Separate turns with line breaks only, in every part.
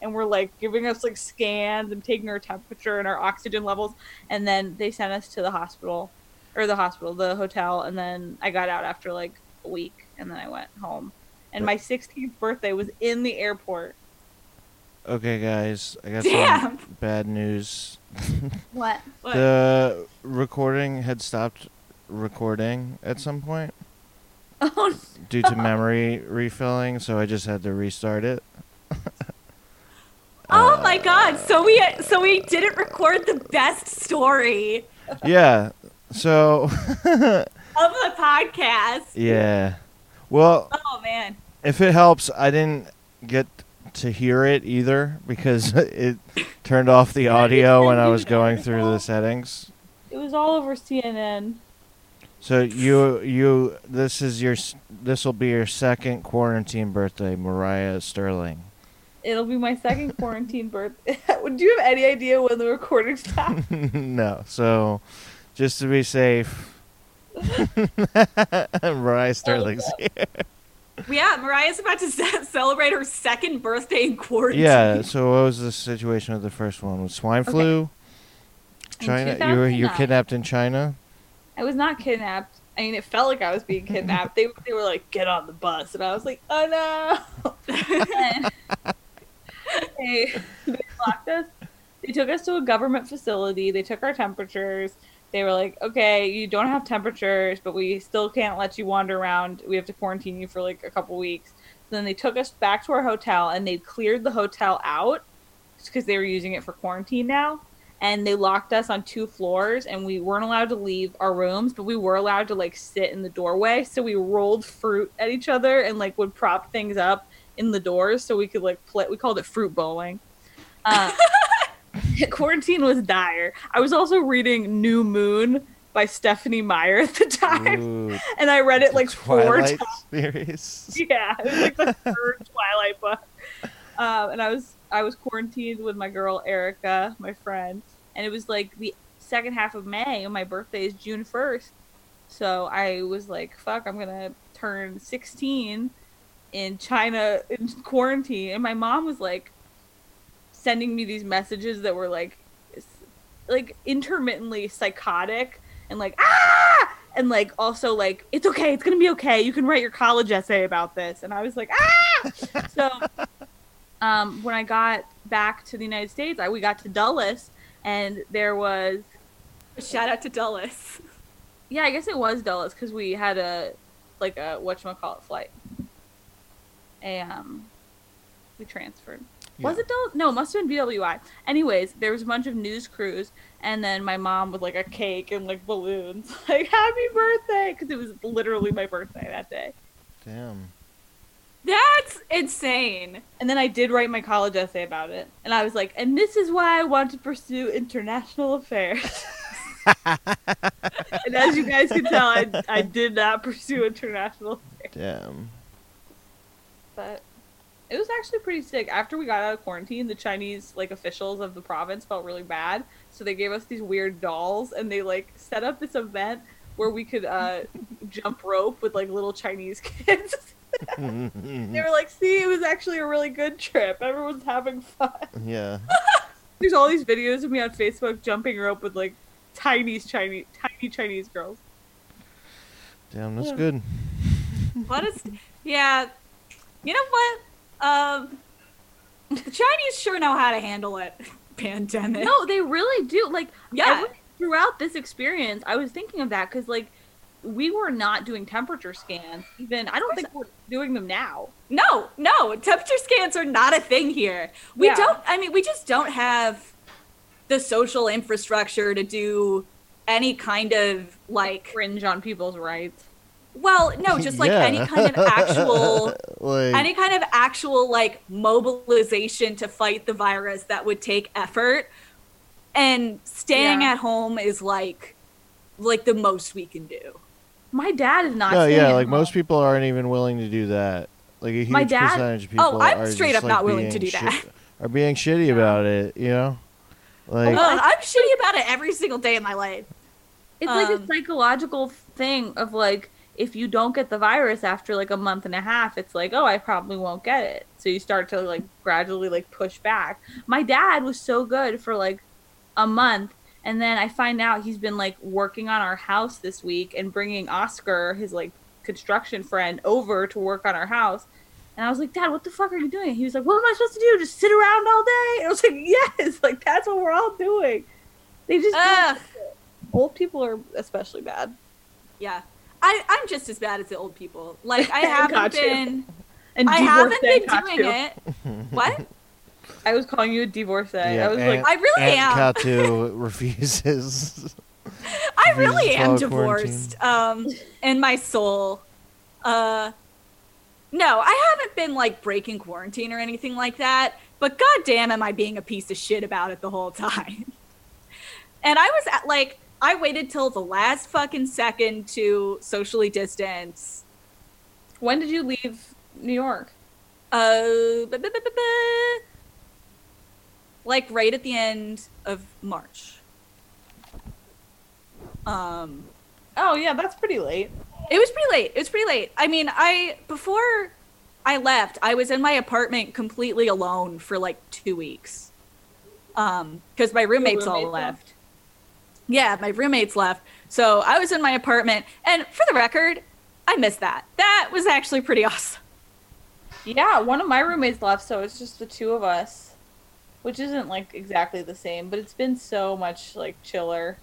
and we're like giving us like scans and taking our temperature and our oxygen levels and then they sent us to the hospital or the hospital the hotel and then i got out after like a week and then i went home and my 16th birthday was in the airport
Okay, guys, I got
Damn.
some bad news.
what what
the recording had stopped recording at some point
oh
due to memory refilling, so I just had to restart it.
Oh my god! So we so we didn't record the best story
Yeah. So,
of the podcast.
yeah. Well,
oh man
if it helps, I didn't get to hear it either because it turned off the audio when I was going through the settings.
it was all over cnn
So you you this is your this will be your second quarantine birthday, Mariah Sterling.
it'll be my second quarantine birthday do you have any idea when the recording stopped
no, so just to be safe, Mariah Sterling's here.
Yeah, Mariah's about to ce- celebrate her second birthday in quarantine.
Yeah. So what was the situation with the first one? Was swine
Okay.
flu?
In
China. You were you were
2009.
kidnapped in China.
I was not kidnapped. I mean, it felt like I was being kidnapped. they they were like, "Get on the bus," and I was like, "Oh no!" And they, they locked us. They took us to a government facility. They took our temperatures. They were like, "Okay, you don't have temperatures, but we still can't let you wander around. We have to quarantine you for like a couple weeks." So then they took us back to our hotel, and they cleared the hotel out because they were using it for quarantine now and they locked us on two floors and we weren't allowed to leave our rooms but we were allowed to like sit in the doorway so we rolled fruit at each other and like would prop things up in the doors so we could like play we called it fruit bowling uh, quarantine was dire i was also reading new moon by stephanie meyer at the time
Ooh,
and i read it
the
like four
Twilight
times
series.
yeah, it was like the third Twilight book. Um, and I was I was quarantined with my girl Erica, my friend, and it was like the second half of May, and my birthday is June first, so I was like, "Fuck, I'm gonna turn 16 in China in quarantine." And my mom was like sending me these messages that were like s- like intermittently psychotic and like ah and like also like it's okay it's gonna be okay you can write your college essay about this and i was like ah so um when i got back to the united states I, we got to dulles and there was
Shout out to Dulles.
yeah i guess it was dulles because we had a like a whatchamacallit flight a um we transferred was
Yeah.
it Dulles? No, it must have been BWI. Anyways, there was a bunch of news crews, and then my mom with like a cake and like balloons, like "Happy birthday," because it was literally my birthday that day.
Damn.
That's insane.
And then I did write my college essay about it, and I was like, "And this is why I want to pursue international affairs." and as you guys can tell, I, I did not pursue international affairs,
Damn.
but it was actually pretty sick. After we got out of quarantine, the Chinese like officials of the province felt really bad, so they gave us these weird dolls, and they like set up this event where we could uh, jump rope with like little Chinese kids. they
Mm.
were like, "See, it was actually a really good trip. Everyone's having fun."
yeah.
There's all these videos of me on Facebook jumping rope with like tiny Chinese tiny Chinese girls.
Damn. That's
Yeah.
good.
What is? Yeah, you know what? Um, the Chinese sure know how to handle it. Pandemic.
No, they really do. Like
Yeah.
every- throughout this experience, I was thinking of that because like we were not doing temperature scans. Even I don't think we're doing them now.
No, no, temperature scans are not a thing here. We
Yeah.
don't, I mean, we just don't have the social infrastructure to do any kind of like,
Fringe on people's rights.
well, no, just like any
Yeah.
kind of actual,
like,
any kind of actual like mobilization to fight the virus that would take effort. And staying
Yeah.
at home is like, like the most we can do.
My dad is not.
no,
staying
yeah,
at
like most
home.
people aren't even willing to do that. Like a huge
My dad-
percentage of people.
Oh, I'm
are
straight
just,
up
like,
not willing to
being
do that.
shit- Are being shitty about it, you know? Like,
Well,
Ugh, I'm shitty about it every single day of my life.
It's like a
Um,
psychological thing of like if you don't get the virus after like a month and a half, it's like oh I probably won't get it. so you start to like gradually like push back my dad was so good for like a month and then i find out he's been like working on our house this week and bringing oscar his like construction friend over to work on our house and I was like, Dad, what the fuck are you doing? He was like, What am I supposed to do? Just sit around all day? And I was like, Yes, like that's what we're all doing. They just don't-
Ugh.
old people are especially bad.
Yeah. I, I'm just as bad as the old people. Like I haven't
Got you.
been
And
I
divorcee
haven't been
got
doing
you.
it. What?
I was calling you a divorcee.
Oh,
Yeah, eh.
I was
and-
like,
I really am.
Aunt Katu refuses.
I
Reasons
really
to
am
follow quarantine.
divorced um, in my soul. Uh, no, I haven't been like breaking quarantine or anything like that. But goddamn, am I being a piece of shit about it the whole time? and I was at like, I waited till the last fucking second to socially distance.
when did you leave New York?
Uh, bu- bu- bu- bu- bu- like right at the end of March. Um.
Oh yeah, that's pretty late.
It was pretty late. It was pretty late. I mean, I before I left, I was in my apartment completely alone for like two weeks. Um, because my roommates all
roommates
left. Yeah, my roommates left. So I was in my apartment, and for the record, I missed that. That was actually pretty awesome.
Yeah, one of my roommates left, so it's just the two of us, which isn't like exactly the same, but it's been so much like chiller.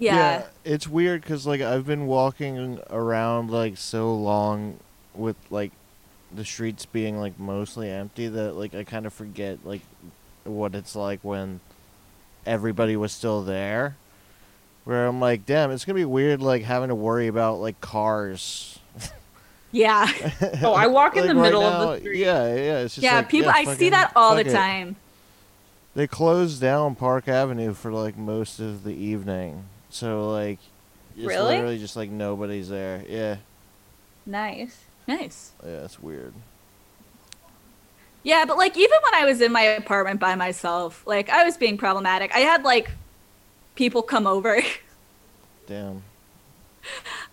Yeah.
it's weird because like I've been walking around like so long with like the streets being like mostly empty that like I kind of forget like what it's like when everybody was still there. Where I'm like, damn, it's gonna be weird like having to worry about like cars.
Yeah.
Oh, I walk in
Like,
the
right
middle
now,
of the street.
Yeah, yeah, it's just
yeah,
like,
people I see
fucking-
that all the
fuck it.
time.
They closed down Park Avenue for like most of the evening, so like, it's
Really?
literally just like nobody's there. Yeah,
Nice.
Nice.
yeah, it's weird.
Yeah, but like even when I was in my apartment by myself, like I was being problematic. I had like people come over,
Damn.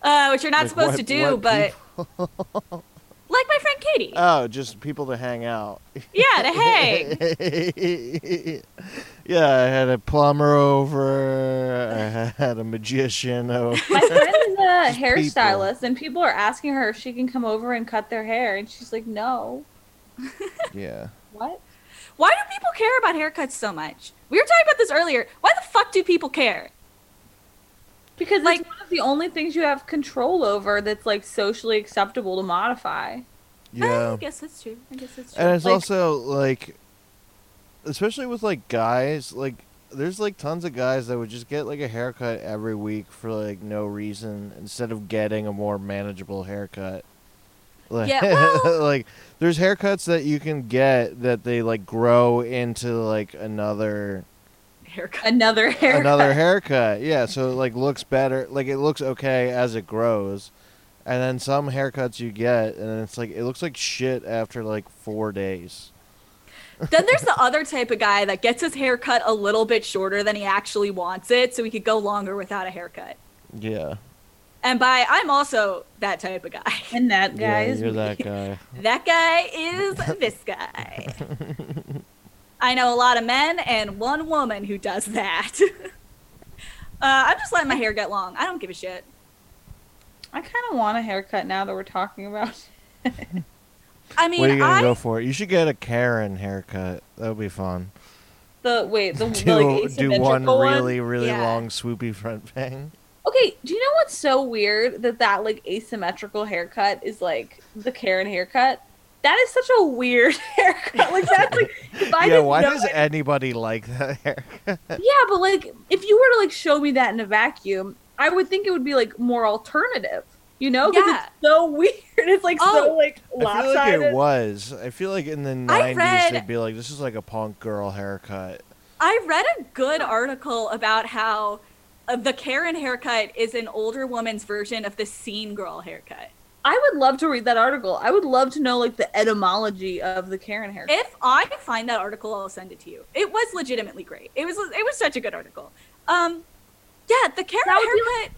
uh, which you're not
Like,
supposed
what-
to do,
what
but
people-
like my friend Katie.
oh, just people to hang out.
yeah, to hang.
Hey. yeah, I had a plumber over. I had a magician over.
My friend is a
Just people.
hairstylist, and people are asking her if she can come over and cut their hair, and she's like, "No,
yeah.
what?
Why do people care about haircuts so much? We were talking about this earlier. Why the fuck do people care?
Because
Like-
it's one of the only things you have control over that's like socially acceptable to modify.
I
Yeah.
guess that's true. I guess that's true.
And it's
Like,
also like, especially with like guys, like there's like tons of guys that would just get like a haircut every week for like no reason instead of getting a more manageable haircut. Like,
Yeah, well-
like there's haircuts that you can get that they like grow into like another
haircut.
Another haircut.
another haircut. Yeah, so it like looks better. Like it looks okay as it grows. And then some haircuts you get and it's like it looks like shit after like 4 days.
then there's the other type of guy that gets his haircut a little bit shorter than he actually wants it, so he could go longer without a haircut.
Yeah.
And by I'm also that type of guy.
And that guy
yeah,
is
you're
me.
that guy.
That guy is this guy. I know a lot of men and one woman who does that. uh, I'm just letting my hair get long. I don't give a shit.
I kind of want a haircut now that we're talking about. it.
I mean,
what are you gonna
I
go for? You should get a Karen haircut. That would be fun.
The wait, the,
Do
the like,
do one
asymmetrical
really really
Yeah.
long swoopy front bang.
Okay, do you know what's so weird that that like asymmetrical haircut is like the Karen haircut? That is such a weird haircut. Like that's like if I
yeah,
didn't
why
know
does anybody like that haircut?
Yeah, but like if you were to like show me that in a vacuum, I would think it would be like more alternative. You know, because
Yeah.
it's so weird. It's like
Oh.
so like
I feel like
lopsided.
it was. I feel like in the
I
nineties
read-
they'd be like, This is like a punk girl haircut.
I read a good article about how uh, the Karen haircut is an older woman's version of the scene girl haircut.
I would love to read that article. I would love to know like the etymology of the Karen haircut.
If I find that article, I'll send it to you. It was legitimately great. It was it was such a good article. Um, yeah, the Karen
That would be
haircut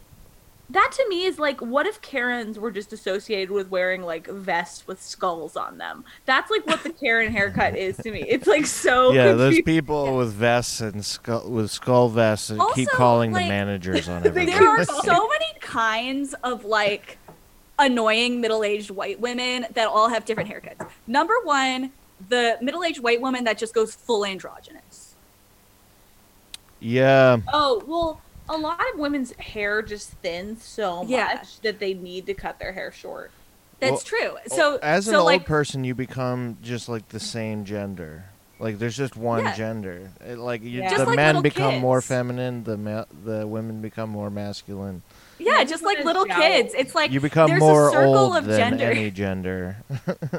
that to me is like what if karens were just associated with wearing like vests with skulls on them that's like what the karen haircut is to me it's like so
yeah, those
confusing.
people with vests and skull with skull vests and keep
Also,
calling
like,
the managers on
they
everything.
keep
There are so many kinds of like annoying middle-aged white women that all have different haircuts. Number one, the middle-aged white woman that just goes full androgynous.
yeah,
oh well a lot of women's hair just thins so much
Yeah.
that they need to cut their hair short
That's true. So
oh, as an
so
old
like
person, you become just like the same gender. Like there's just one
Yeah.
gender. It, like you,
Just
the
like
men
little
become more
kids.
feminine, the ma- the women become more masculine.
yeah, just like little
Yeah.
kids. It's like
you become
there's
more
a circle
old
of
than
gender.
any gender.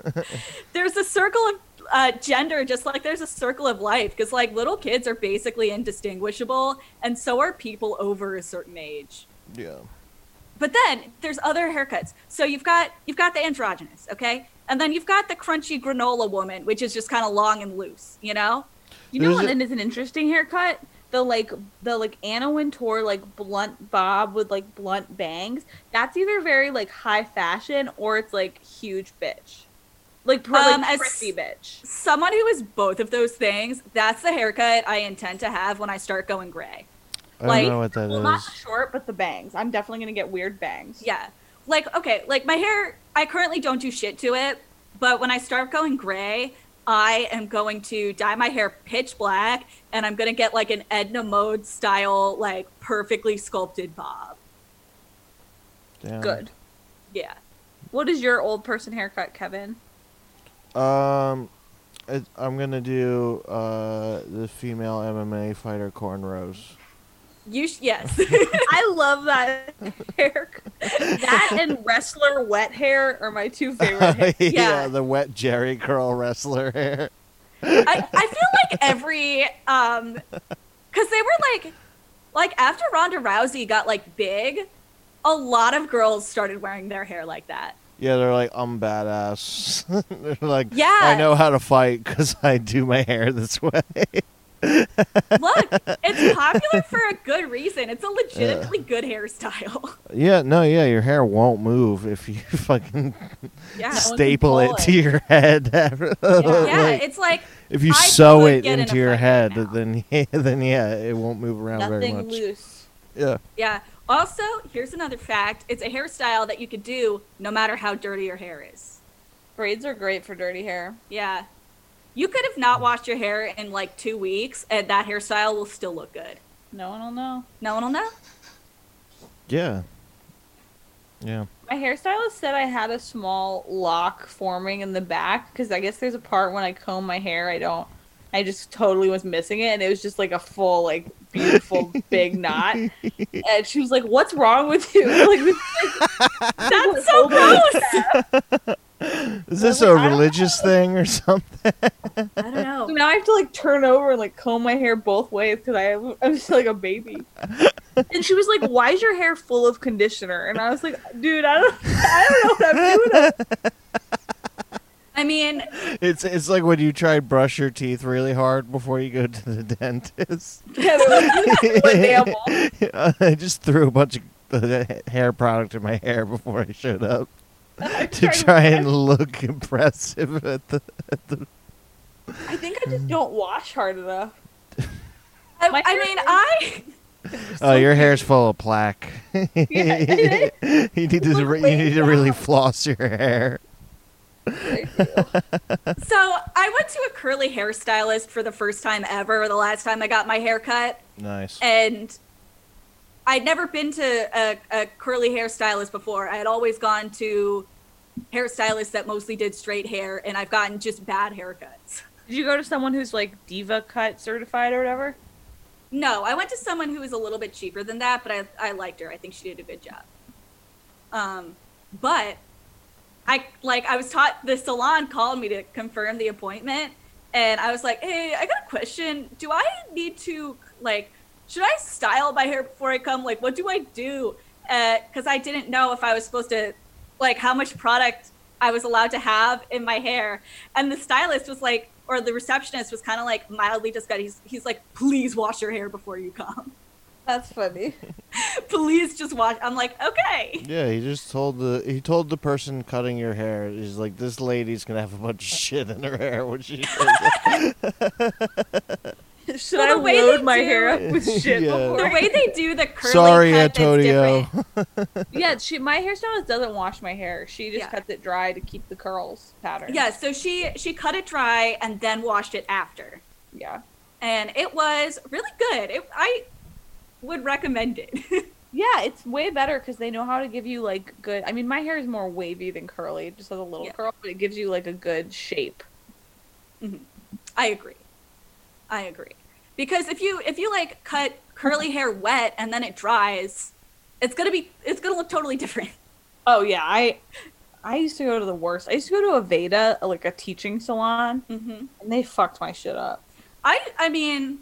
there's a circle of uh, gender just like there's a circle of life because like little kids are basically indistinguishable and so are people over a certain age
yeah.
but then there's other haircuts so you've got you've got the androgynous okay and then you've got the crunchy granola woman which is just kind of long and loose you know
you
There's
know what
a-
then is an interesting haircut the like the like anna wintour like blunt bob with like blunt bangs that's either very like high fashion or it's like huge bitch like, pr-
Um,
like
as-
prissy bitch
someone who is both of those things that's the haircut i intend to have when i start going gray
I
Like,
don't know what that is.
Well, not the short, but the bangs. I'm definitely gonna get weird bangs.
Yeah. Like, okay, like my hair, I currently don't do shit to it, but when I start going gray, I am going to dye my hair pitch black and I'm going to get like an Edna Mode style, like perfectly sculpted bob.
Damn.
good.
Yeah.
What is your old person haircut, Kevin?
Um, it, I'm gonna do uh the female MMA fighter cornrows.
You, sh- yes.
I love that hair. that and wrestler wet hair are my two favorite. hair.
Yeah.
the wet Jerry curl wrestler hair.
I, I feel like every, um, cause they were like, like after Ronda Rousey got like big, a lot of girls started wearing their hair like that.
Yeah, they're like I'm badass. they're like,
Yeah.
I know how to fight because I do my hair this way.
Look, it's popular for a good reason. It's a legitimately good hairstyle.
yeah, no, yeah, your hair won't move if you fucking
Yeah.
S-
staple
pull
it
it.
to your head.
yeah,
Like,
it's like
if you
I
sew
could
it
get in
into
a
your
fight
head,
right now.
then yeah, then yeah, it won't move around very much.
Nothing loose.
Yeah.
yeah. Also, here's another fact. It's a hairstyle that you could do no matter how dirty your hair is.
Braids are great for dirty hair.
Yeah. You could have not washed your hair in like two weeks and that hairstyle will still look good.
No one will know.
No one will know.
Yeah. Yeah.
My hairstylist said I had a small lock forming in the back because I guess there's a part when I comb my hair I don't. I just totally was missing it, and it was just like a full, like beautiful big knot. And she was like, "What's wrong with you?" Like, this-
That's so gross.
Is this
Well,
a
I don't
religious thing or something?
I don't
So
know.
now I have to like turn over and like comb my hair both ways because I have, I'm just like a baby. And she was like, "Why is your hair full of conditioner?" And I was like, "Dude, I don't, I don't know what I'm doing."
I mean,
It's it's like when you try to brush your teeth really hard before you go to the dentist.
Yeah, they're like, example.
I just threw a bunch of the hair product in my hair before I showed up to
trying to
try and look impressive at the
I think I just don't wash hard enough.
I,
My
I
hair
mean,
is-
I
Oh, your hair's full of plaque.
it
you need to
Look
re- you
way
need to really floss your hair.
So I went to a curly hairstylist for the first time ever. The last time I got my hair cut,
Nice.
and I'd never been to a, a curly hairstylist before. I had always gone to hairstylists that mostly did straight hair, and I've gotten just bad haircuts.
Did you go to someone who's like diva cut certified or whatever?
No, I went to someone who was a little bit cheaper than that, but I, I liked her. I think she did a good job. Um, but I like I was taught the salon called me to confirm the appointment, and I was like, hey, I got a question. Do I need to like should I style my hair before I come? Like, what do I do? Because I didn't know if I was supposed to like how much product I was allowed to have in my hair. And the stylist was like, or the receptionist was kind of like mildly disgusted. He's, he's like, please wash your hair before you come.
That's funny.
Please just watch. I'm like, okay.
Yeah, he just told the he told the person cutting your hair. He's like, this lady's gonna have a bunch of shit in her hair when she. does it."
Should
Well, the
I
way
load
they
my
do-
hair up with shit
Yeah.
before?
The
I-
way they do the curly
Sorry,
cut that's
Antonio.
different.
yeah, she my hairstylist doesn't wash my hair. She just
Yeah.
cuts it dry to keep the curls pattern.
Yeah, so she she cut it dry and then washed it after,
Yeah.
and it was really good. It, I would recommend it.
Yeah, it's way better because they know how to give you like good. I mean, my hair is more wavy than curly; it just has a little
Yeah.
curl, but it gives you like a good shape.
I agree. I agree. Because if you if you like cut curly hair wet and then it dries, it's gonna be it's gonna look totally different.
Oh yeah, I I used to go to the worst. I used to go to a Veda, like a teaching salon,
Mm-hmm.
and they fucked my shit up.
I I mean,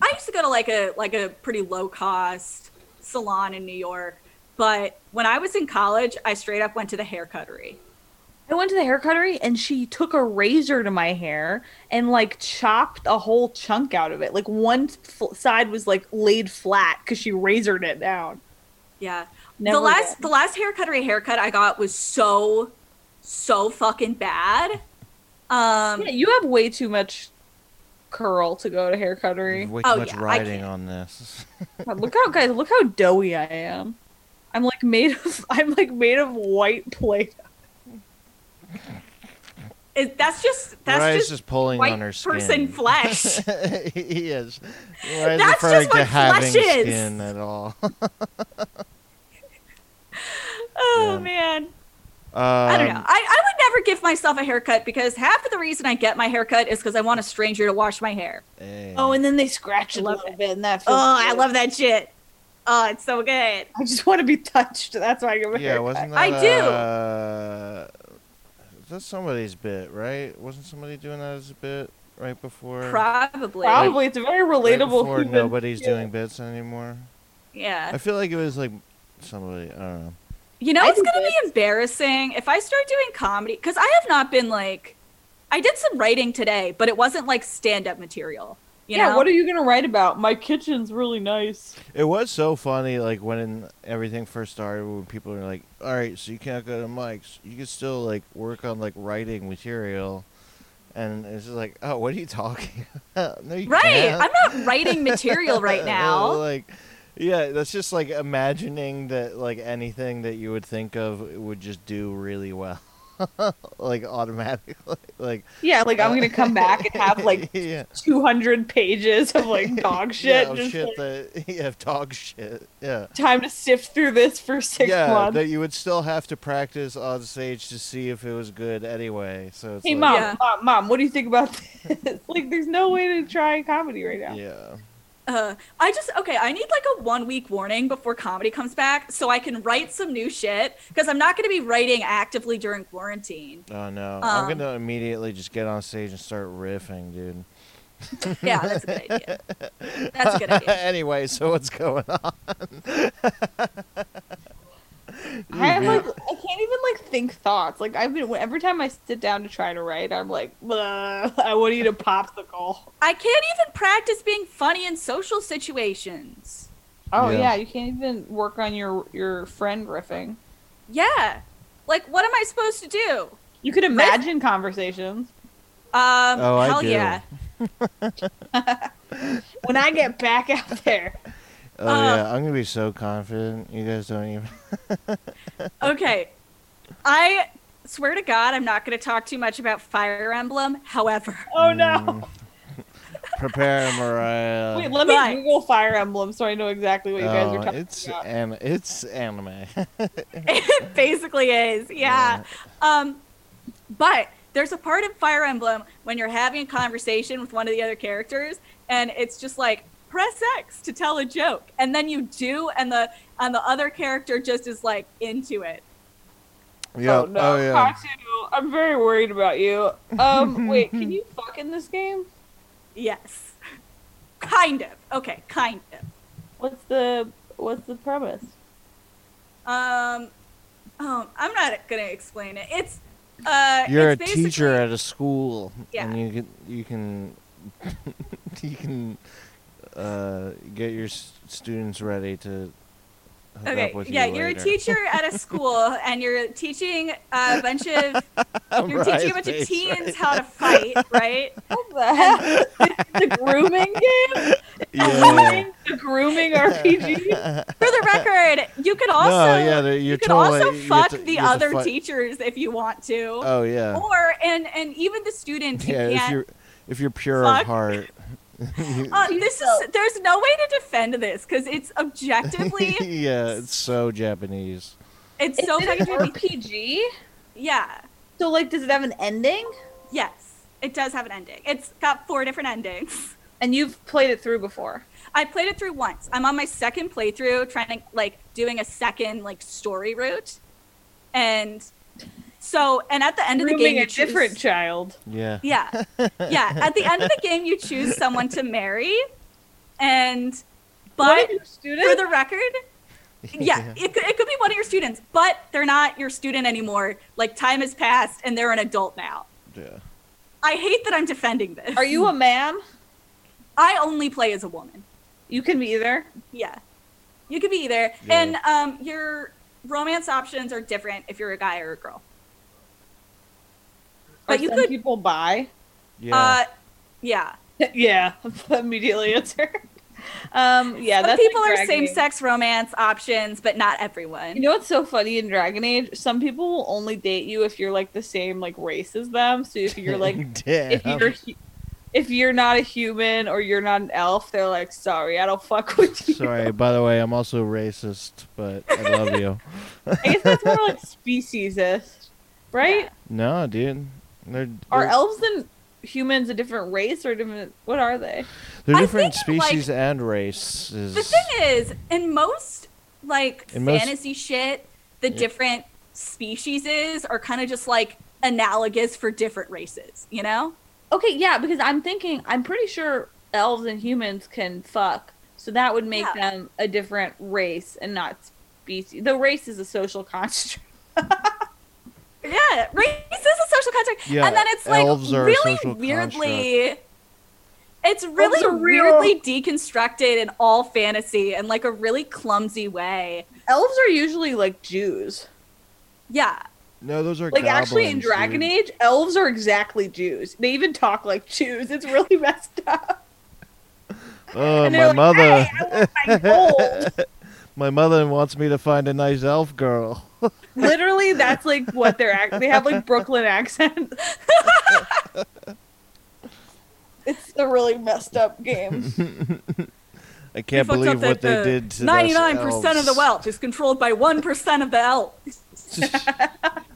I used to go to like a like a pretty low cost salon in New York, but when I was in college, I straight up went to the hair cuttery.
I went to the hair cuttery and she took a razor to my hair and like chopped a whole chunk out of it. Like one f- side was like laid flat because she razored it down.
Yeah.
Never
the
again.
last the last hair cuttery haircut I got was so so fucking bad. Um
Yeah, you have way too much curl to go to hair cuttery.
Way
Oh,
too much
yeah, I
riding
can't.
on this.
God, look how guys, look how doughy I am. I'm like made of I'm like made of white plate.
it, that's just that's
Mariah's
just,
just pulling
white
on her skin.
person flesh.
yes. Mariah's
That's
referring
just
to
what
having
flesh is.
skin at all.
Oh
Yeah.
man. I don't know.
Um,
I, I would never give myself a haircut because half of the reason I get my haircut is because I want a stranger to wash my hair.
eh.
Oh, and then they scratch it a
Love
little bit, and that. Feels
Oh, I
good.
love that shit. Oh, it's so good.
I just want to be touched. That's why I go.
yeah, wasn't that?
I do.
Uh, that's somebody's bit, right? Wasn't somebody doing that as a bit right before?
Probably.
Probably it's a very
right
relatable.
before
human
nobody's
skill.
doing bits anymore. I
Yeah.
feel like it was like somebody. I don't know.
You know,
I
it's
think
going to be embarrassing if I start doing comedy because I have not been like, I did some writing today, but it wasn't like stand up material. You
yeah,
know?
what are you gonna write about? My kitchen's really nice.
It was so funny, like when everything first started, when people were like, "All right, so you can't go to mics. You can still like work on like writing material," and it's just like, "Oh, what are you talking about? No, you
right.
can't."
I'm not writing material right
Oh,
now.
like, yeah, that's just like imagining that like anything that you would think of would just do really well, like automatically. Like
Yeah, like I'm gonna come back and have like
yeah,
200 pages of like dog shit.
yeah, of
just
shit
like,
that yeah, of dog shit, yeah.
time to sift through this for six
yeah,
months.
that you would still have to practice on stage to see if it was good anyway. So it's
Hey,
like,
mom,
Yeah.
mom, mom, what do you think about this? like, there's no way to try comedy right now.
yeah,
Uh, I just okay. I need like a one week warning before comedy comes back, so I can write some new shit because I'm not going to be writing actively during quarantine.
oh no,
Um,
I'm gonna immediately just get on stage and start riffing, dude.
Yeah, that's a good idea. That's a good idea. Uh,
anyway, so what's going on?
I have like, I can't even like think thoughts. Like, I've been every time I sit down to try to write, I'm like, "Ugh, I want to eat a popsicle.
I can't even practice being funny in social situations.
Oh
Yeah.
yeah. you can't even work on your your friend riffing.
Yeah, like what am I supposed to do?
You could imagine conversations.
Um,
Oh, I
hell
do.
yeah.
When I get back out there,
oh
uh,
yeah, I'm gonna be so confident. You guys don't even.
Okay, I swear to God, I'm not going to talk too much about Fire Emblem. However,
oh no.
Mm. Prepare, Mariah.
Wait, let me
Right.
Google Fire Emblem so I know exactly what you guys
Mm-hmm. Oh,
are talking
it's
about.
an it's anime.
it basically is. yeah. Um, but there's a part in Fire Emblem when you're having a conversation with one of the other characters, and it's just like press X to tell a joke, and then you do, and the and the other character just is like into it.
Yeah.
Oh no,
oh yeah.
Tatsu, I'm very worried about you. Um, wait, can you fuck in this game?
Yes, kind of. Okay, kind of.
What's the what's the premise?
Um, um, I'm not gonna explain it. It's uh,
You're a
it's
teacher
basically-
at a school,
Yeah.
and you can you can you can uh, get your s- students ready to hook
Okay.
up with
yeah,
you
you're a
later.
teacher at a school, and you're teaching a bunch of you're teaching a
Brian's
bunch of
face,
teens
right?
how to fight, right?
What the hell? the grooming game?
Yeah.
The grooming RPG?
For the record, you could also
no, yeah, they're-
you
you're
could
totally,
also
you
fuck
get to-
the
you get to
other
fuck-
teachers if you want to,
Oh yeah.
or and and even the students.
yeah,
you
if
can't.
you're if you're pure
fuck.
of heart. you-
Uh, this is there's no way to defend this because it's objectively
yeah, it's so Japanese.
it's
Is
so
it
fucking
an
creepy.
RPG?
Yeah.
So, like, does it have an ending?
Yes, it does have an ending. It's got four different endings.
And you've played it through before.
I played it through once. I'm on my second playthrough, trying to like doing a second like story route, and so and at the end of the game,
Grooming
you
a
choose-
different child.
Yeah.
Yeah, yeah. At the end of the game, you choose someone to marry, and
One
but
of your
for
students?
the record, yeah, It, could, it could be one of your students, but they're not your student anymore. Like time has passed, and they're an adult now.
Yeah.
I hate that I'm defending this.
Are you a man?
I only play as a woman.
You can be either.
Yeah. You could be either.
Yeah.
And um, your romance options are different if you're a guy or a girl. But
Are
you
some
could-
people buy.
Yeah.
Uh, yeah.
yeah, immediately answer. Um, yeah,
Some
that's
people
like
are
Dragon
same
Age.
sex romance options, but not everyone.
You know what's so funny in Dragon Age? Some people will only date you if you're like the same like race as them. So if you're like
Damn.
if you're hu- if you're not a human or you're not an elf, they're like, sorry, I don't fuck with you.
Sorry, by the way, I'm also racist, but I love you.
I guess that's more like speciesist, right?
Yeah.
No, dude. They're,
Are
they're-
elves and humans a different race or different? What are they?
they're
I
different
think, like-
species and races.
The thing is, in most like
In most-
fantasy shit, the
Yeah.
different species is are kind of just like analogous for different races, you know?
Okay, yeah, because I'm thinking I'm pretty sure elves and humans can fuck, so that would make
Yeah.
them a different race and not species. The race is a social construct.
Yeah, race is a social construct.
Yeah,
and then it's like
elves are a
really
social
weirdly it's
Elves
really
are real.
weirdly deconstructed in all fantasy in like a really clumsy way.
Elves are usually like Jews.
Yeah.
no, those are
Like actually in
goblins,
Dragon
dude.
Age, elves are exactly Jews. They even talk like Jews. It's really messed up.
Oh,
and
my
they're like,
mother.
"Hey, I want my gold.
my mother wants me to find a nice elf girl.
Literally, that's like what they're act. They have like Brooklyn accent. it's a really messed up game.
I can't
They fucked up
believe what they
that
did to us
Ninety-nine percent of the
elves.
wealth is controlled by one percent of the elf.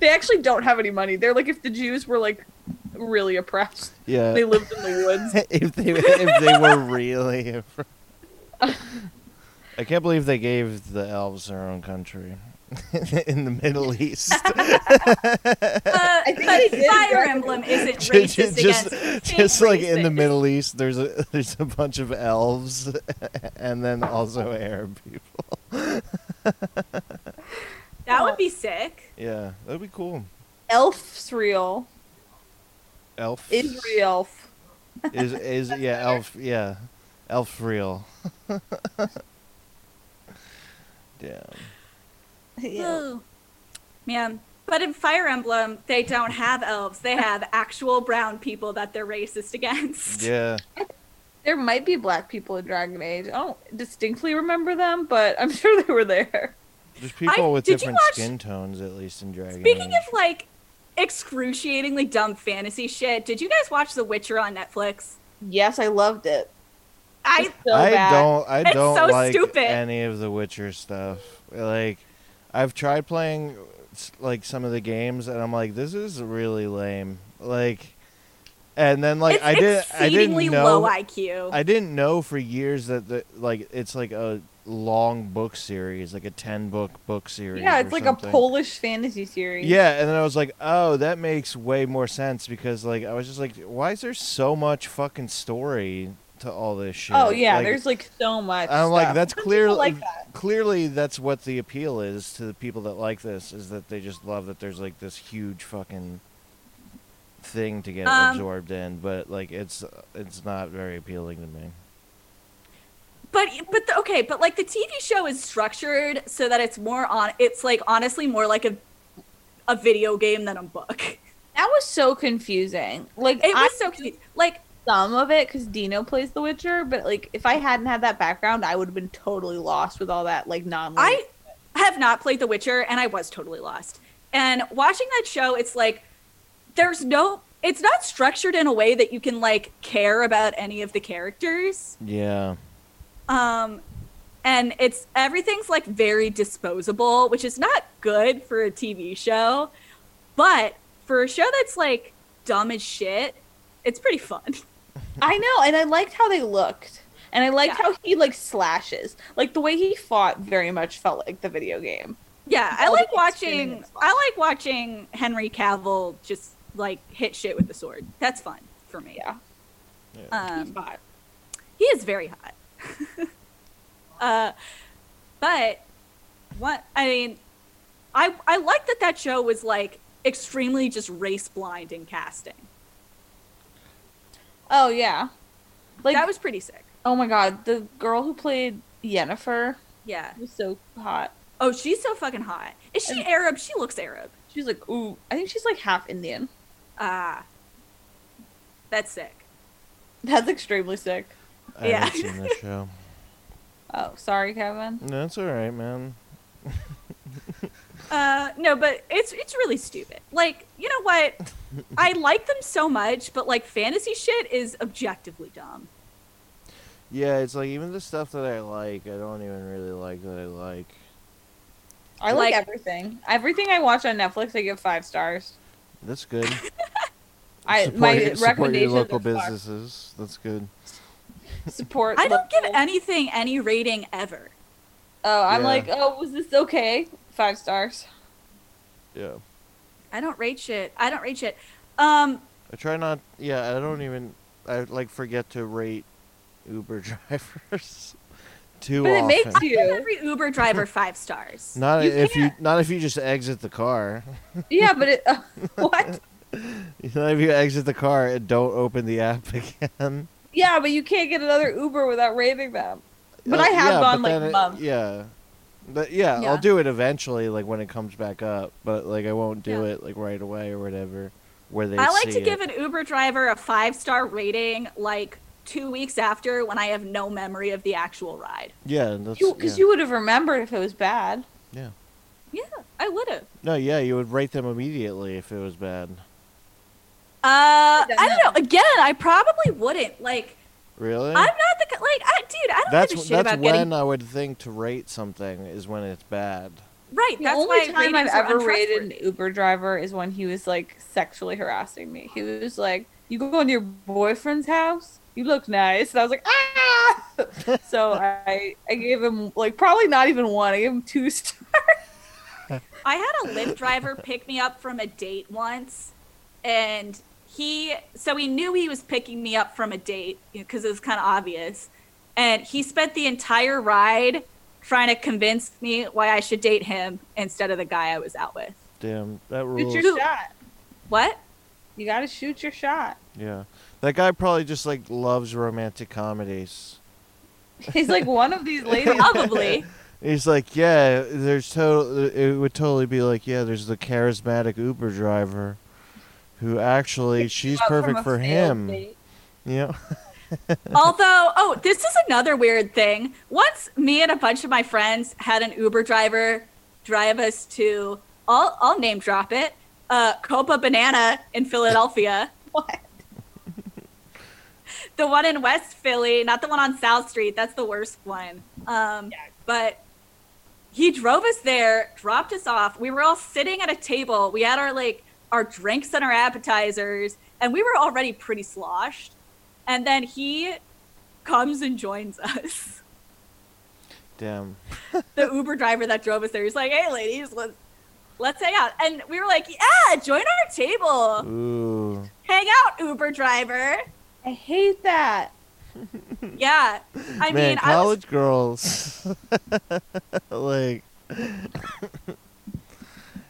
They actually don't have any money. They're like if the Jews were like really oppressed,
yeah.
they lived in the woods.
if they if they were really. I can't believe they gave the elves their own country in the Middle East.
Uh,
I think
but
they did,
Fire
right?
Emblem isn't
Ju-
racist
ju- just,
against
just like in the
racist.
Middle East, there's a there's a bunch of elves, and then also Arab people.
That would be sick.
Yeah, that'd be cool.
Elf's real.
Elf
Israel.
is is yeah elf yeah elf real. Damn.
Ooh. Man. But in Fire Emblem, they don't have elves. They have actual brown people that they're racist against.
Yeah.
There might be black people in Dragon Age. I don't distinctly remember them, but I'm sure they were there.
There's people with
did you
different
watch-
skin tones, at least in Dragon
Speaking
Age.
of like excruciatingly dumb fantasy shit, did you guys watch The Witcher on Netflix?
Yes, I loved it.
I
so
I
bad.
don't. I
It's
don't
so
like
stupid.
any of the Witcher stuff. Like, I've tried playing s- like some of the games, and I'm like, this is really lame. Like, and then like
it's
I did. I
exceedingly
didn't know.
low IQ.
I didn't know for years that the like it's like a long book series, like a ten book book series.
Yeah,
or
it's like a
something.
Polish fantasy series.
Yeah, and then I was like, oh, that makes way more sense because like I was just like, why is there so much fucking story to all this shit?
Oh yeah,
Like,
there's like so much.
I'm like
stuff.
that's
Some people
clearly
like that.
clearly that's what the appeal is to the people that like this is that they just love that there's like this huge fucking thing to get
Um,
absorbed in, but like it's it's not very appealing to me.
okay, but like the TV show is structured so that it's more on. It's like honestly more like a a video game than a book.
That was so confusing. Like
It
I
was so confu- like
some of it because Dino plays The Witcher, but like if I hadn't had that background, I would have been totally lost with all that like non.
I have not played The Witcher and I was totally lost. And watching that show, it's like there's no. It's not structured in a way that you can like care about any of the characters.
Yeah.
Um, and it's everything's like very disposable, which is not good for a TV show, but for a show that's like dumb as shit, it's pretty fun.
I know, and I liked how they looked, and I liked
Yeah.
how he like slashes, like the way he fought very much felt like the video game.
Yeah, I
All
like
the
watching.
experience.
I like watching Henry Cavill just like hit shit with the sword. That's fun for me.
Yeah, Uh,
Um,
but
He is very hot. uh, but what I mean, I I like that that show was like extremely just race blind in casting.
oh yeah, like
that was pretty sick.
oh my god, the girl who played Yennefer
Yeah.
was so hot.
Oh, she's so fucking hot. Is she
And-
Arab? She looks Arab.
She's like ooh, I think she's like half Indian.
Ah, that's sick.
That's extremely sick.
I
Yeah.
haven't seen that show.
Oh, sorry, Kevin.
No, it's all right, man.
Uh, no, but it's it's really stupid. Like, you know what? I like them so much, but like fantasy shit is objectively dumb.
Yeah, it's like even the stuff that I like, I don't even really like that I like.
I like,
Like-
everything. Everything I watch on Netflix, I give five stars.
That's good.
I
support,
my
your- support your
recommendations
local
are fucked.
businesses. That's good.
Support.
I don't give
local.
anything any rating ever.
Oh, I'm
Yeah.
like, oh, was this okay? Five stars.
Yeah.
I don't rate shit. I don't rate shit. Um,
I try not. Yeah, I don't even. I like forget to rate Uber drivers too
But it
often.
makes
give
you.
every Uber driver five stars.
Not
You
if you
can't.
not if you just exit the car.
yeah, but it. uh, what?
Not if you exit the car and don't open the app again.
Yeah, but you can't get another Uber without rating them. But I have
Uh, yeah,
gone
but
like
then it-
months.
Yeah. But yeah,
Yeah.
I'll do it eventually, like when it comes back up. But like I won't do
Yeah.
it like right away or whatever. Where they
I like
see
to give
it.
an Uber driver a five star rating like two weeks after when I have no memory of the actual ride.
Yeah, that's
You because
yeah.
you would have remembered if it was bad.
yeah.
Yeah, I would have.
No, yeah, you would rate them immediately if it was bad.
Uh,
don't
I don't know. Again, I probably wouldn't. Like,
Really?
I'm not the ki- like, I, dude. I don't
that's
give a shit
that's
about
when
getting
I would think to rate something is when it's bad.
right.
The
that's
only
why
time I've
ratings are
ever rated an
untrustworthy.
Uber driver is when he was like sexually harassing me. He was like, "You go to your boyfriend's house. You look nice." And I was like, "Ah!" so I I gave him like probably not even one. I gave him two stars.
I had a Lyft driver pick me up from a date once, and he so he knew he was picking me up from a date because it was kind of obvious, and he spent the entire ride trying to convince me why I should date him instead of the guy I was out with.
Damn, that
Shoot
rules.
your shot.
What?
You gotta shoot your shot.
Yeah, that guy probably just like loves romantic comedies.
He's like one of these ladies.
Probably.
He's like, yeah, there's total. It would totally be like, yeah, there's the charismatic Uber driver, who actually she's
Up from
perfect
a
for
failed
him.
date.
Yeah,
Although, oh, this is another weird thing. Once me and a bunch of my friends had an Uber driver drive us to, I'll, I'll name drop it, uh, Copa Banana in Philadelphia.
What?
the one in West Philly, not the one on South Street. That's the worst one. Um, But he drove us there, dropped us off. We were all sitting at a table. We had our like our drinks and our appetizers, and we were already pretty sloshed. And then he comes and joins us.
damn.
The Uber driver that drove us there, he's like, "Hey, ladies, let's let's hang out." And we were like, "Yeah, join our table,
Ooh,
hang out, Uber driver."
I hate that.
Yeah,
man,
I mean, I was
college girls, like,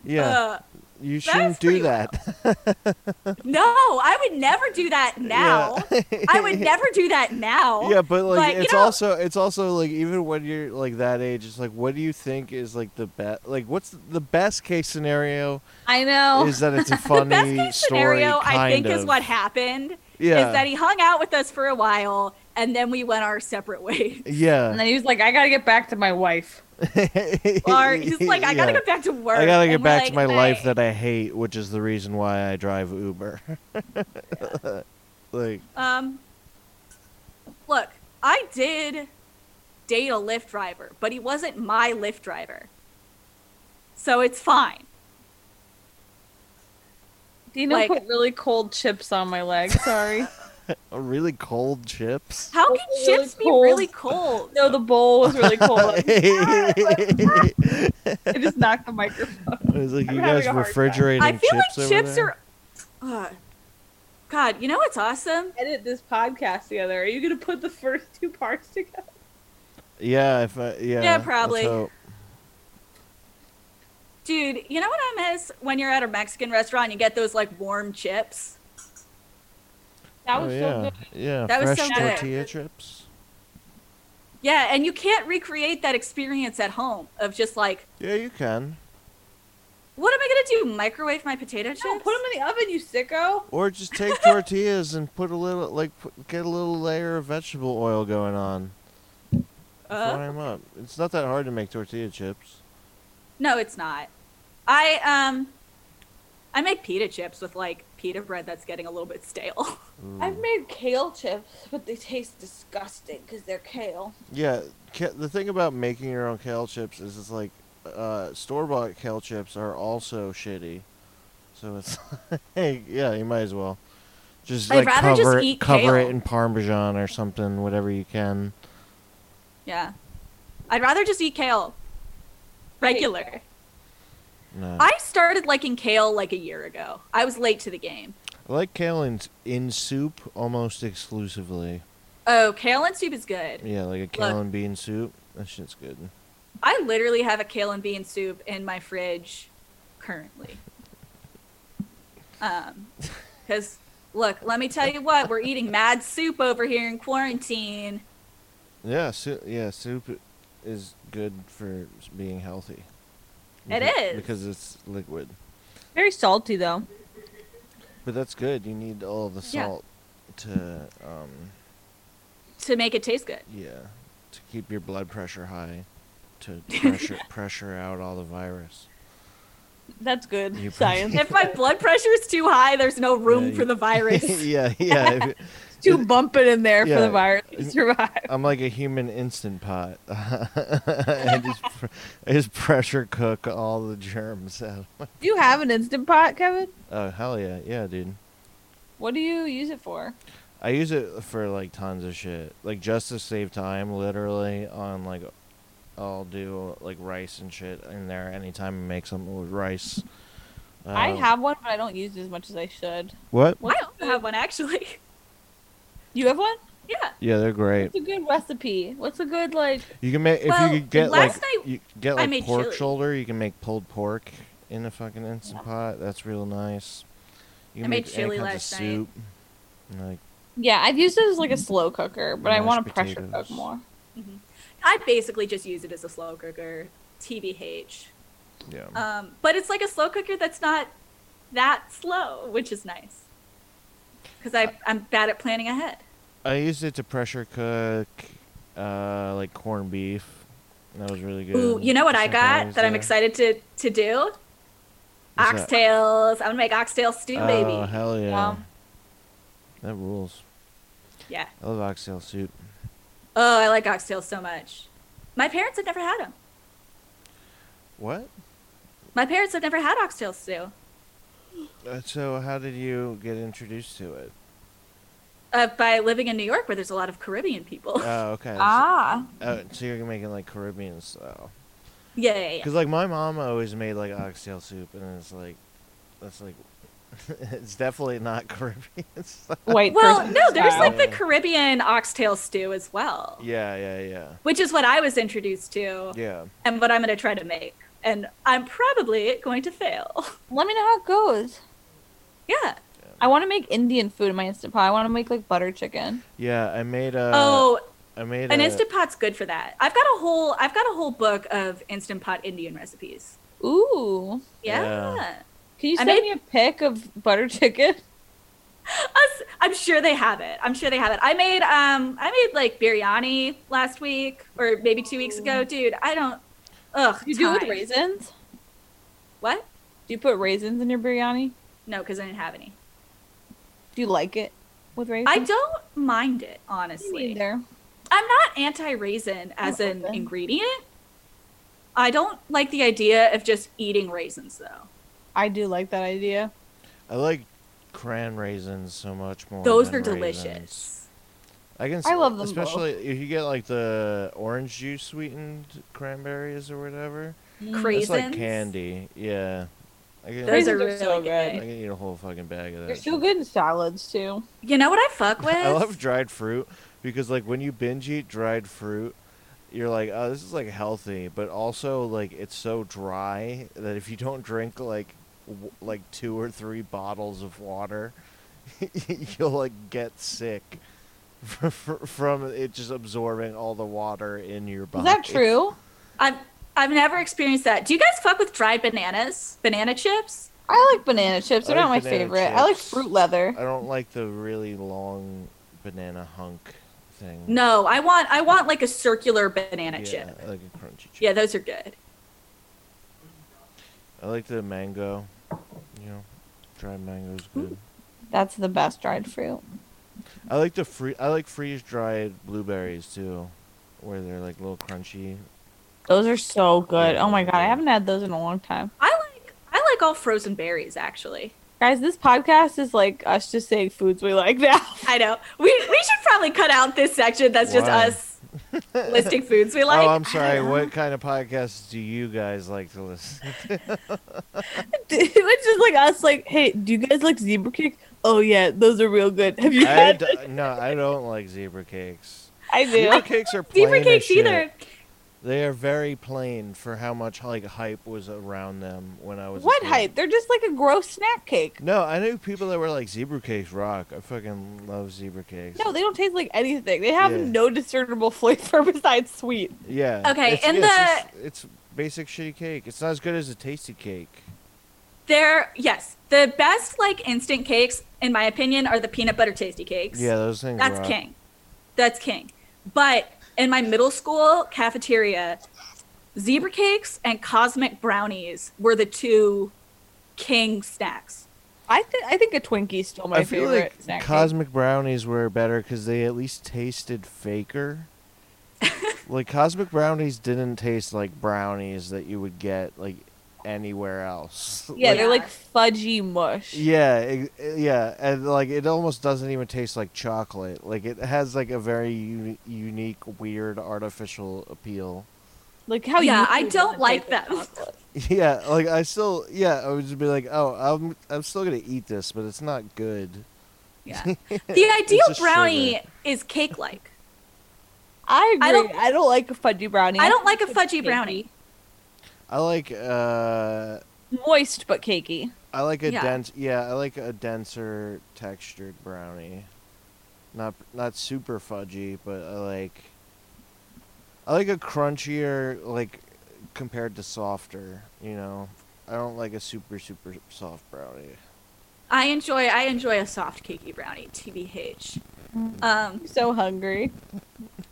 yeah,
uh,
you
that was
shouldn't do
pretty
that.
No, I would never do that now.
Yeah.
I would never do that now.
Yeah, but like
But, you
it's
know-
also it's also like even when you're like that age, it's like what do you think is like the best? Like what's the best case scenario?
I know.
Is that it's a
Oh. the
funny
best case
story?
scenario, I
kind
think, is
of.
what happened.
Yeah.
Is that he hung out with us for a while and then we went our separate ways.
yeah.
and then he was like, I gotta get back to my wife.
Or he's like, I gotta
Yeah.
go back to work.
I gotta get
And we're
back
like,
to my life
"Hey."
that I hate, which is the reason why I drive Uber. like,
Um, look, I did date a Lyft driver, but he wasn't my Lyft driver, so it's fine.
Dino
Like-
put really cold chips on my leg. Sorry.
really cold chips.
How
Oh,
can
really
chips be
cold.
really cold?
no, the bowl was really cold. I
it's
just knocked the microphone.
like
I'm
you
having
guys
a hard time.
refrigerating
I feel
chips
like
over
chips
there?
are. Ugh. God, you know what's awesome?
Edit this podcast together. Are you gonna put the first two parts together?
Yeah, if I, yeah.
Yeah,
let's
probably.
hope.
Dude, you know what I miss when you're at a Mexican restaurant and you get those like warm chips?
That
Oh,
was so
yeah.
good.
Yeah,
That was
fresh
so
good.
tortilla chips.
Yeah, and you can't recreate that experience at home of just like,
Yeah, you can.
what am I gonna do? Microwave my potato chips?
No, put them in the oven, you sicko.
Or just take tortillas and put a little, like, put, get a little layer of vegetable oil going on.
Uh,
Fry 'em up. It's not that hard to make tortilla chips.
No, it's not. I um I make pita chips with like pita bread that's getting a little bit stale.
Ooh.
I've made kale chips, but they taste disgusting because they're kale.
Yeah, ca- the thing about making your own kale chips is it's like uh, store bought kale chips are also shitty. So it's like, yeah, you might as well just
I'd
like
rather just
cover it,
eat
cover
kale.
it in parmesan or something, whatever you can.
Yeah. I'd rather just eat kale. Regular.
Okay.
No. I,
I started liking kale like a year ago. I was late to the game.
like kale in in soup almost exclusively.
Oh, kale and soup is good.
Yeah, like a kale
Look.
and bean soup. That shit's good.
I literally have a kale and bean soup in my fridge currently. Um, because look, let me tell you what, we're eating mad soup over here in quarantine.
Yeah, soup. Yeah, soup is good for s- being healthy.
It
Because-
is.
because it's liquid.
Very salty though.
But that's good. You need all the
Yeah.
salt to, um,
to make it taste good.
yeah, to keep your blood pressure high, to pressure pressure out all the virus.
That's good
You-
science.
If my blood pressure is too high, there's no room
Yeah,
for the virus.
yeah, yeah. if it-
too bumping in there for
Yeah.
the virus to survive.
I'm like a human instant pot. I just, pr- I just pressure cook all the germs out.
Do you have an instant pot, Kevin?
Oh hell yeah, yeah, dude.
What do you use it for?
I use it for like tons of shit, like just to save time, literally. On like, I'll do like rice and shit in there anytime I make something with rice.
I
Um,
have one, but I don't use it as much as I should.
what?
I also have one actually.
You have one?
Yeah.
Yeah, they're great.
What's a good recipe? What's a good like?
You can make if
Well,
you could get like
last night
you could get
I
like
made
pork
chili.
shoulder. You can make pulled pork in a fucking instant pot. That's real nice. You
I made chili
kinds of
last night.
and, like
Yeah, I've used it as like a slow cooker, but I
Mm. Mashed
want to pressure
potatoes.
cook more.
I basically just use it as a slow cooker, TBH.
yeah,
Um, but it's like a slow cooker that's not that slow, which is nice. Because I I'm bad at planning ahead.
I used it to pressure cook, uh, like corned beef. That was really good.
Ooh, you know what I
Second
got
used
that I'm
it.
excited to to do?
What's that?
oxtails. I'm gonna make oxtail stew,
Oh
baby.
hell yeah,
Yum.
that rules.
Yeah.
I love oxtail soup.
Oh, I like oxtails so much. My parents had never had them.
What?
My parents had never had oxtail stew.
Uh, so how did you get introduced to it?
uh, by living in New York where there's a lot of Caribbean people.
Oh okay.
Ah,
Oh, so you're making like Caribbean style.
yeah, yeah, yeah.
Because like my mom always made like oxtail soup, and it's like, that's like, it's definitely not Caribbean style.
white.
Well,
person
no, there's
style.
like the
Yeah.
Caribbean oxtail stew as well,
Yeah, yeah, yeah,
which is what I was introduced to
yeah.
and what I'm going to try to make. And I'm probably going to fail.
Let me know how it goes.
yeah.
Yeah.
I want to make Indian food in my instant pot. I want to make like butter chicken.
Yeah, I made a.
oh,
I made
an
a,
instant pot's good for that. I've got a whole I've got a whole book of instant pot Indian recipes.
Ooh,
Yeah.
can you
I
send
made-
me a pic of butter chicken?
Us, I'm sure they have it. I'm sure they have it. I made um I made like biryani last week or maybe 2 weeks
Mm.
ago, dude. I don't Ugh.
You do it with
time.
raisins?
What?
Do you put raisins in your biryani?
No, cuz I didn't have any.
Do you like it with raisins?
I don't mind it, honestly.
either.
I'm not anti raisin as an
open.
ingredient. I don't like the idea of just eating raisins though.
I do like that idea.
I like cran raisins so much more.
Those
than
are
raisins.
delicious.
I can.
I love them both.
especially if you get like the orange juice sweetened cranberries or whatever.
Mm.
Crazy.
It's like
Raisins?
candy. Yeah, I can.
Those are
Raisins are
really
so
good.
I can eat a whole fucking bag of that.
They're
shit.
so good in salads too.
You know what I fuck with?
I love dried fruit because like when you binge eat dried fruit, you're like, oh, this is like healthy, but also like it's so dry that if you don't drink like w- like two or three bottles of water, you'll like get sick fr- fr- from it just absorbing all the water in your
Is
body.
that true?
I've I've never experienced that. Do you guys fuck with dried bananas? Banana chips?
I like banana chips. They're
I
not my
like banana
favorite. I like
chips.
fruit leather.
I don't like the really long banana hunk thing.
No, I want I want like a circular banana
yeah,
chip.
I like a crunchy chip.
Yeah, those are good.
I like the mango. You know, dried mango's good.
That's the best dried fruit.
I like the free. I like freeze dried blueberries too, where they're like a little crunchy.
Those are so good. Oh my god, I
Yeah.
haven't had those in a long time.
I like I like all frozen berries actually.
Guys, this podcast is like us just saying foods we like now.
I know. We we should probably cut out this section that's just
Why?
us listing foods we like.
oh, I'm sorry. What kind of podcasts do you guys like to listen? to?
It's just like us like, hey, do you guys like zebra cakes? Oh yeah, those are real good. Have you
I
had?
d- no, I don't like zebra cakes.
I
Zebra
do.
cakes are plain
Zebra
as
cakes
shit.
either.
They are very plain for how much like hype was around them when I was. a
What
kid.
hype? They're just like a gross snack cake.
No, I knew people that were like zebra cakes rock. I fucking love zebra cakes.
No, they don't taste like anything. They have
Yeah.
no discernible flavor besides sweet.
yeah.
Okay,
it's,
and
yeah, it's, just- it's basic shitty cake. It's not as good as a tasty cake.
They're yes. The best like instant cakes, in my opinion, are the peanut butter tasty cakes.
Yeah, those things.
That's
rock.
king. That's king. But in my middle school cafeteria, zebra cakes and cosmic brownies were the two king snacks.
I think I think a Twinkie's still my
I feel
favorite
like
snack. cake.
cosmic brownies were better because they at least tasted faker. like cosmic brownies didn't taste like brownies that you would get like anywhere else.
Yeah,
Like-
they're like
Yeah.
fudgy mush.
yeah, ex- yeah, and like it almost doesn't even taste like chocolate. Like it has like a very uni- unique, weird, artificial appeal.
Like how
Yeah,
you
I
would
don't
taste
like
the
them.
chocolate.
Yeah, like I still, yeah, I would just be like, oh, I'm, I'm still gonna eat this, but it's not good.
Yeah. The ideal
just
brownie
sugar.
is cake like.
I agree.
I
I
don't-
don't, like a fudgy brownie.
I don't like a
think it's
fudgy
cakey.
brownie.
I like, uh.
Moist but cakey.
I like a
Yeah.
dense. Yeah, I like a denser textured brownie. Not not super fudgy, but I like. I like a crunchier, like compared to softer. You know, I don't like a super super soft brownie.
I enjoy I enjoy a soft cakey brownie, TBH. Um
I'm so hungry.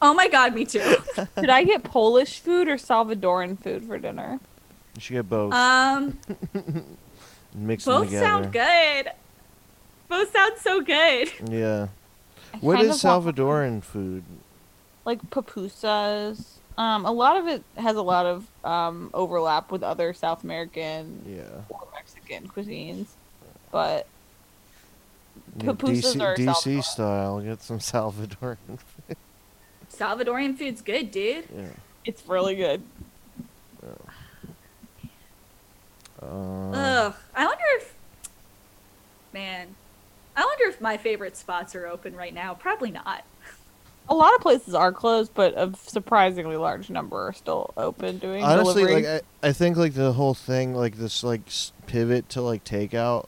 oh my god, me too.
Should I get Polish food or Salvadoran food for dinner?
You should get both.
Um
mix them
both
together.
sound good. Both sound so good.
Yeah.
I
What
kind
is
of want,
Salvadoran food?
like pupusas. Um, a lot of it has a lot of um overlap with other South American
Yeah.
or Mexican cuisines, but
Yeah,
Pupusas
DC,
are
DC
Salvadoran.
style. Get some Salvadoran.
Salvadorian food's good, dude.
Yeah.
it's really good.
Uh,
Ugh. I wonder if. Man. I wonder if my favorite spots are open right now. Probably not.
A lot of places are closed, but a surprisingly large number are still open doing
honestly
delivery.
like I, I think like the whole thing like this like s- pivot to like takeout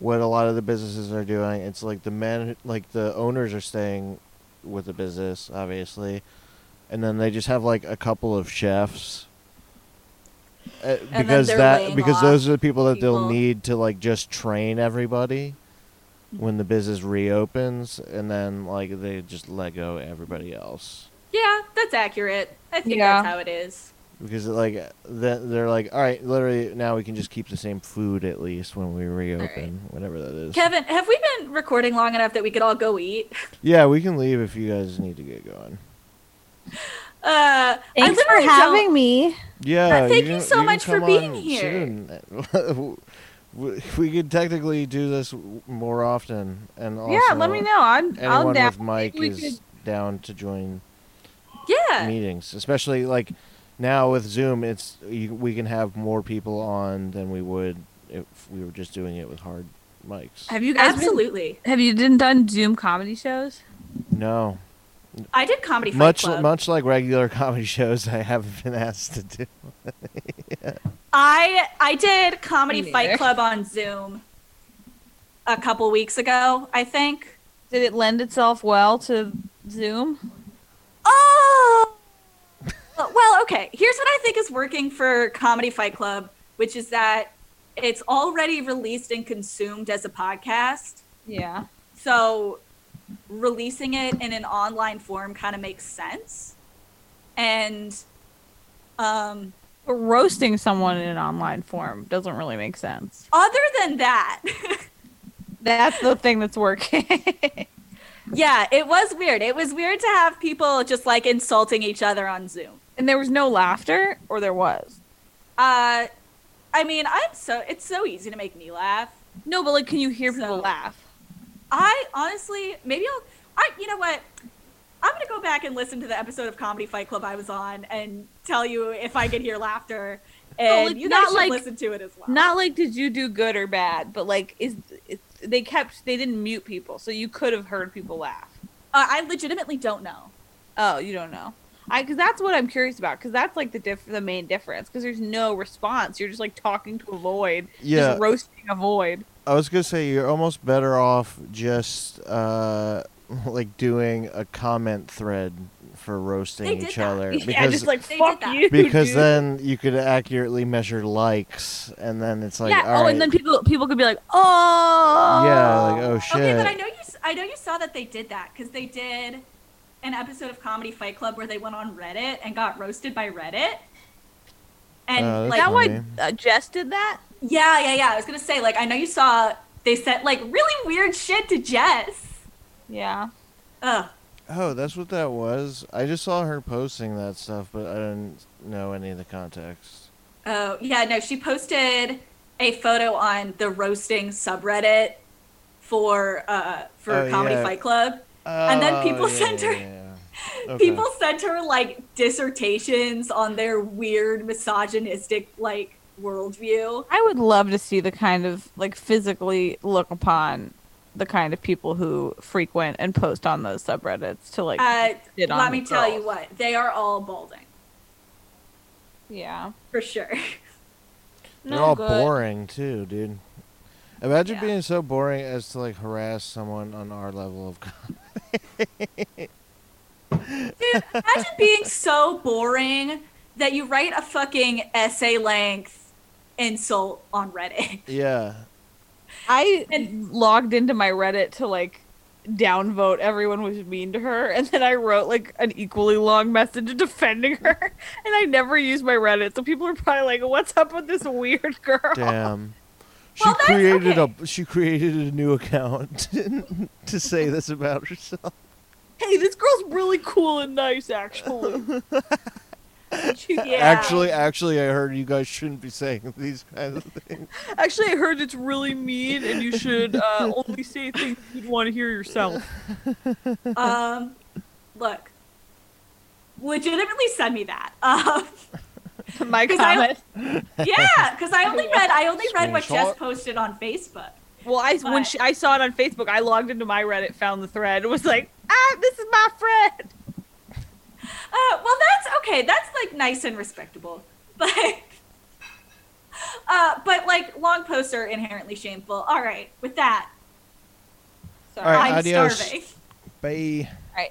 what a lot of the businesses are doing. It's like the men, like the owners, are staying with the business, obviously, and then they just have like a couple of chefs. Uh,
then
because
they're
that
laying
because
off
those are the people that they'll
people.
need to like just train everybody when
Mm-hmm.
the business reopens and then like they just let go everybody else
Yeah, that's accurate. I think
Yeah.
that's how it is.
because like th- they're like all right literally now we can just keep the same food at least when we reopen whatever that is
Kevin, have we been recording long enough that we could all go eat?
yeah we can leave if you guys need to get going
Uh,
Thanks
I
for
literally don't-
having me.
yeah
thank you
can-
so
can
much for
come
being
on
here.
soon. we we could technically do this w- more often and also
yeah, let me know. I'm I'll
anyone
down.
with Mike
we
is
could-
down to join
Yeah.
meetings, especially like now with Zoom, it's you, we can have more people on than we would if we were just doing it with hard mics.
Have you guys Absolutely.
Absolutely.
Have you done done Zoom comedy shows?
no,
I did comedy Fight
much
Club.
much like regular comedy shows, I haven't been asked to do.
I I did comedy
Me
Fight
neither.
Club on Zoom a couple weeks ago, I think.
Did it lend itself well to Zoom?
Oh. Well, okay. Here's what I think is working for Comedy Fight Club, which is that it's already released and consumed as a podcast.
Yeah.
So releasing it in an online form kind of makes sense. And um
But roasting someone in an online form doesn't really make sense.
other than that,
That's the thing that's working.
yeah, it was weird. It was weird to have people just like insulting each other on Zoom.
and there was no laughter, or there was.
Uh I mean, I'm so it's so easy to make me laugh.
No, but like, can you hear
So-
people laugh?
I honestly, maybe I'll. I, you know what? I'm gonna go back and listen to the episode of Comedy Fight Club I was on and tell you if I could hear laughter. And
like,
you guys
not
should
like-
listen to it as well.
Not like did you do good or bad, but like is, is they kept they didn't mute people, so you could have heard people laugh.
uh, I legitimately don't know.
Oh, you don't know. I because that's what I'm curious about because that's like the diff the main difference because there's no response. You're just like talking to a void,
Yeah.
just roasting a void.
I was gonna say you're almost better off just uh, like doing a comment thread for
They
roasting
did
each
that.
other
yeah,
because
just like
They did
fuck
that.
you.
because
dude.
then you could accurately measure likes and then it's like
yeah.
all
Oh, and
right,
then people people could be like, oh,
Yeah, like oh shit.
Okay, but I know you. s- I know you saw that they did that because they did an episode of Comedy Fight Club where they went on Reddit and got roasted by Reddit. And
Oh, that's
like,
Is that why
Funny.
uh, Jess did that?
yeah, yeah, yeah. I was gonna say like, I know you saw they said like really weird shit to Jess.
Yeah.
Ugh.
Oh, that's what that was. I just saw her posting that stuff, but I didn't know any of the context.
Oh, yeah, no, she posted a photo on the roasting subreddit for uh for
Oh,
Comedy
yeah.
Fight Club.
And
then people sent her- People sent her like dissertations on their weird misogynistic like worldview.
I would love to see the kind of like physically look upon the kind of people who frequent and post on those subreddits to like
Uh
shit on
let me
the
tell you
girls.
what, they are all balding,
Yeah.
for sure.
They're all
good.
boring too, dude. Imagine
Yeah.
being so boring as to like harass someone on our level of. con-
Dude, imagine being so boring that you write a fucking essay length insult on Reddit.
Yeah,
I
And-
logged into my Reddit to like downvote everyone who was mean to her, and then I wrote like an equally long message defending her, and I never used my Reddit, so people are probably like, "What's up with this weird girl?"
damn. She
Well, that's
created
okay.
a she created a new account to say this about herself.
Hey, this girl's really cool and nice, actually.
Yeah.
Actually, actually, I heard you guys shouldn't be saying these kinds of things.
Actually, I heard it's really mean, and you should uh, only say things you'd want to hear yourself.
um, look, legitimately send me that. Um,
My
Because I-
comment.
yeah, because I only read I only read what Jess
Screenshot.
posted on Facebook.
Well, I when
But-
she, I saw it on Facebook, I logged into my Reddit, found the thread, and was like, "Ah, this is my friend."
Uh, well, that's okay. That's like nice and respectable, but Uh, but like long posts are inherently shameful. All right, with that,
So
All right,
I'm
adios.
starving.
Bye.